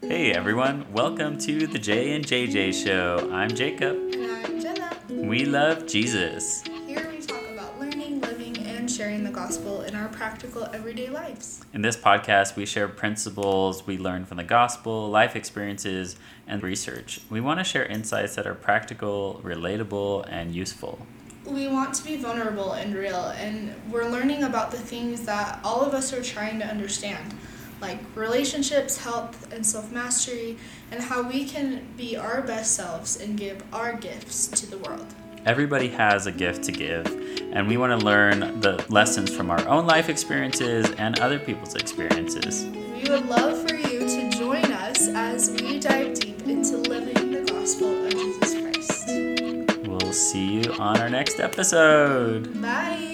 Hey everyone, welcome to the J and JJ show. I'm Jacob. And I'm Jenna. We love Jesus. Here we talk about learning, living, and sharing the gospel in our practical everyday lives. In this podcast, we share principles we learn from the gospel, life experiences, and research. We want to share insights that are practical, relatable, and useful. We want to be vulnerable and real, and we're learning about the things that all of us are trying to understand, like relationships, health, and self mastery, and how we can be our best selves and give our gifts to the world. Everybody has a gift to give, and we want to learn the lessons from our own life experiences and other people's experiences. We would love for you to join us as we dive deep into living the gospel of Jesus Christ. We'll see you on our next episode. Bye!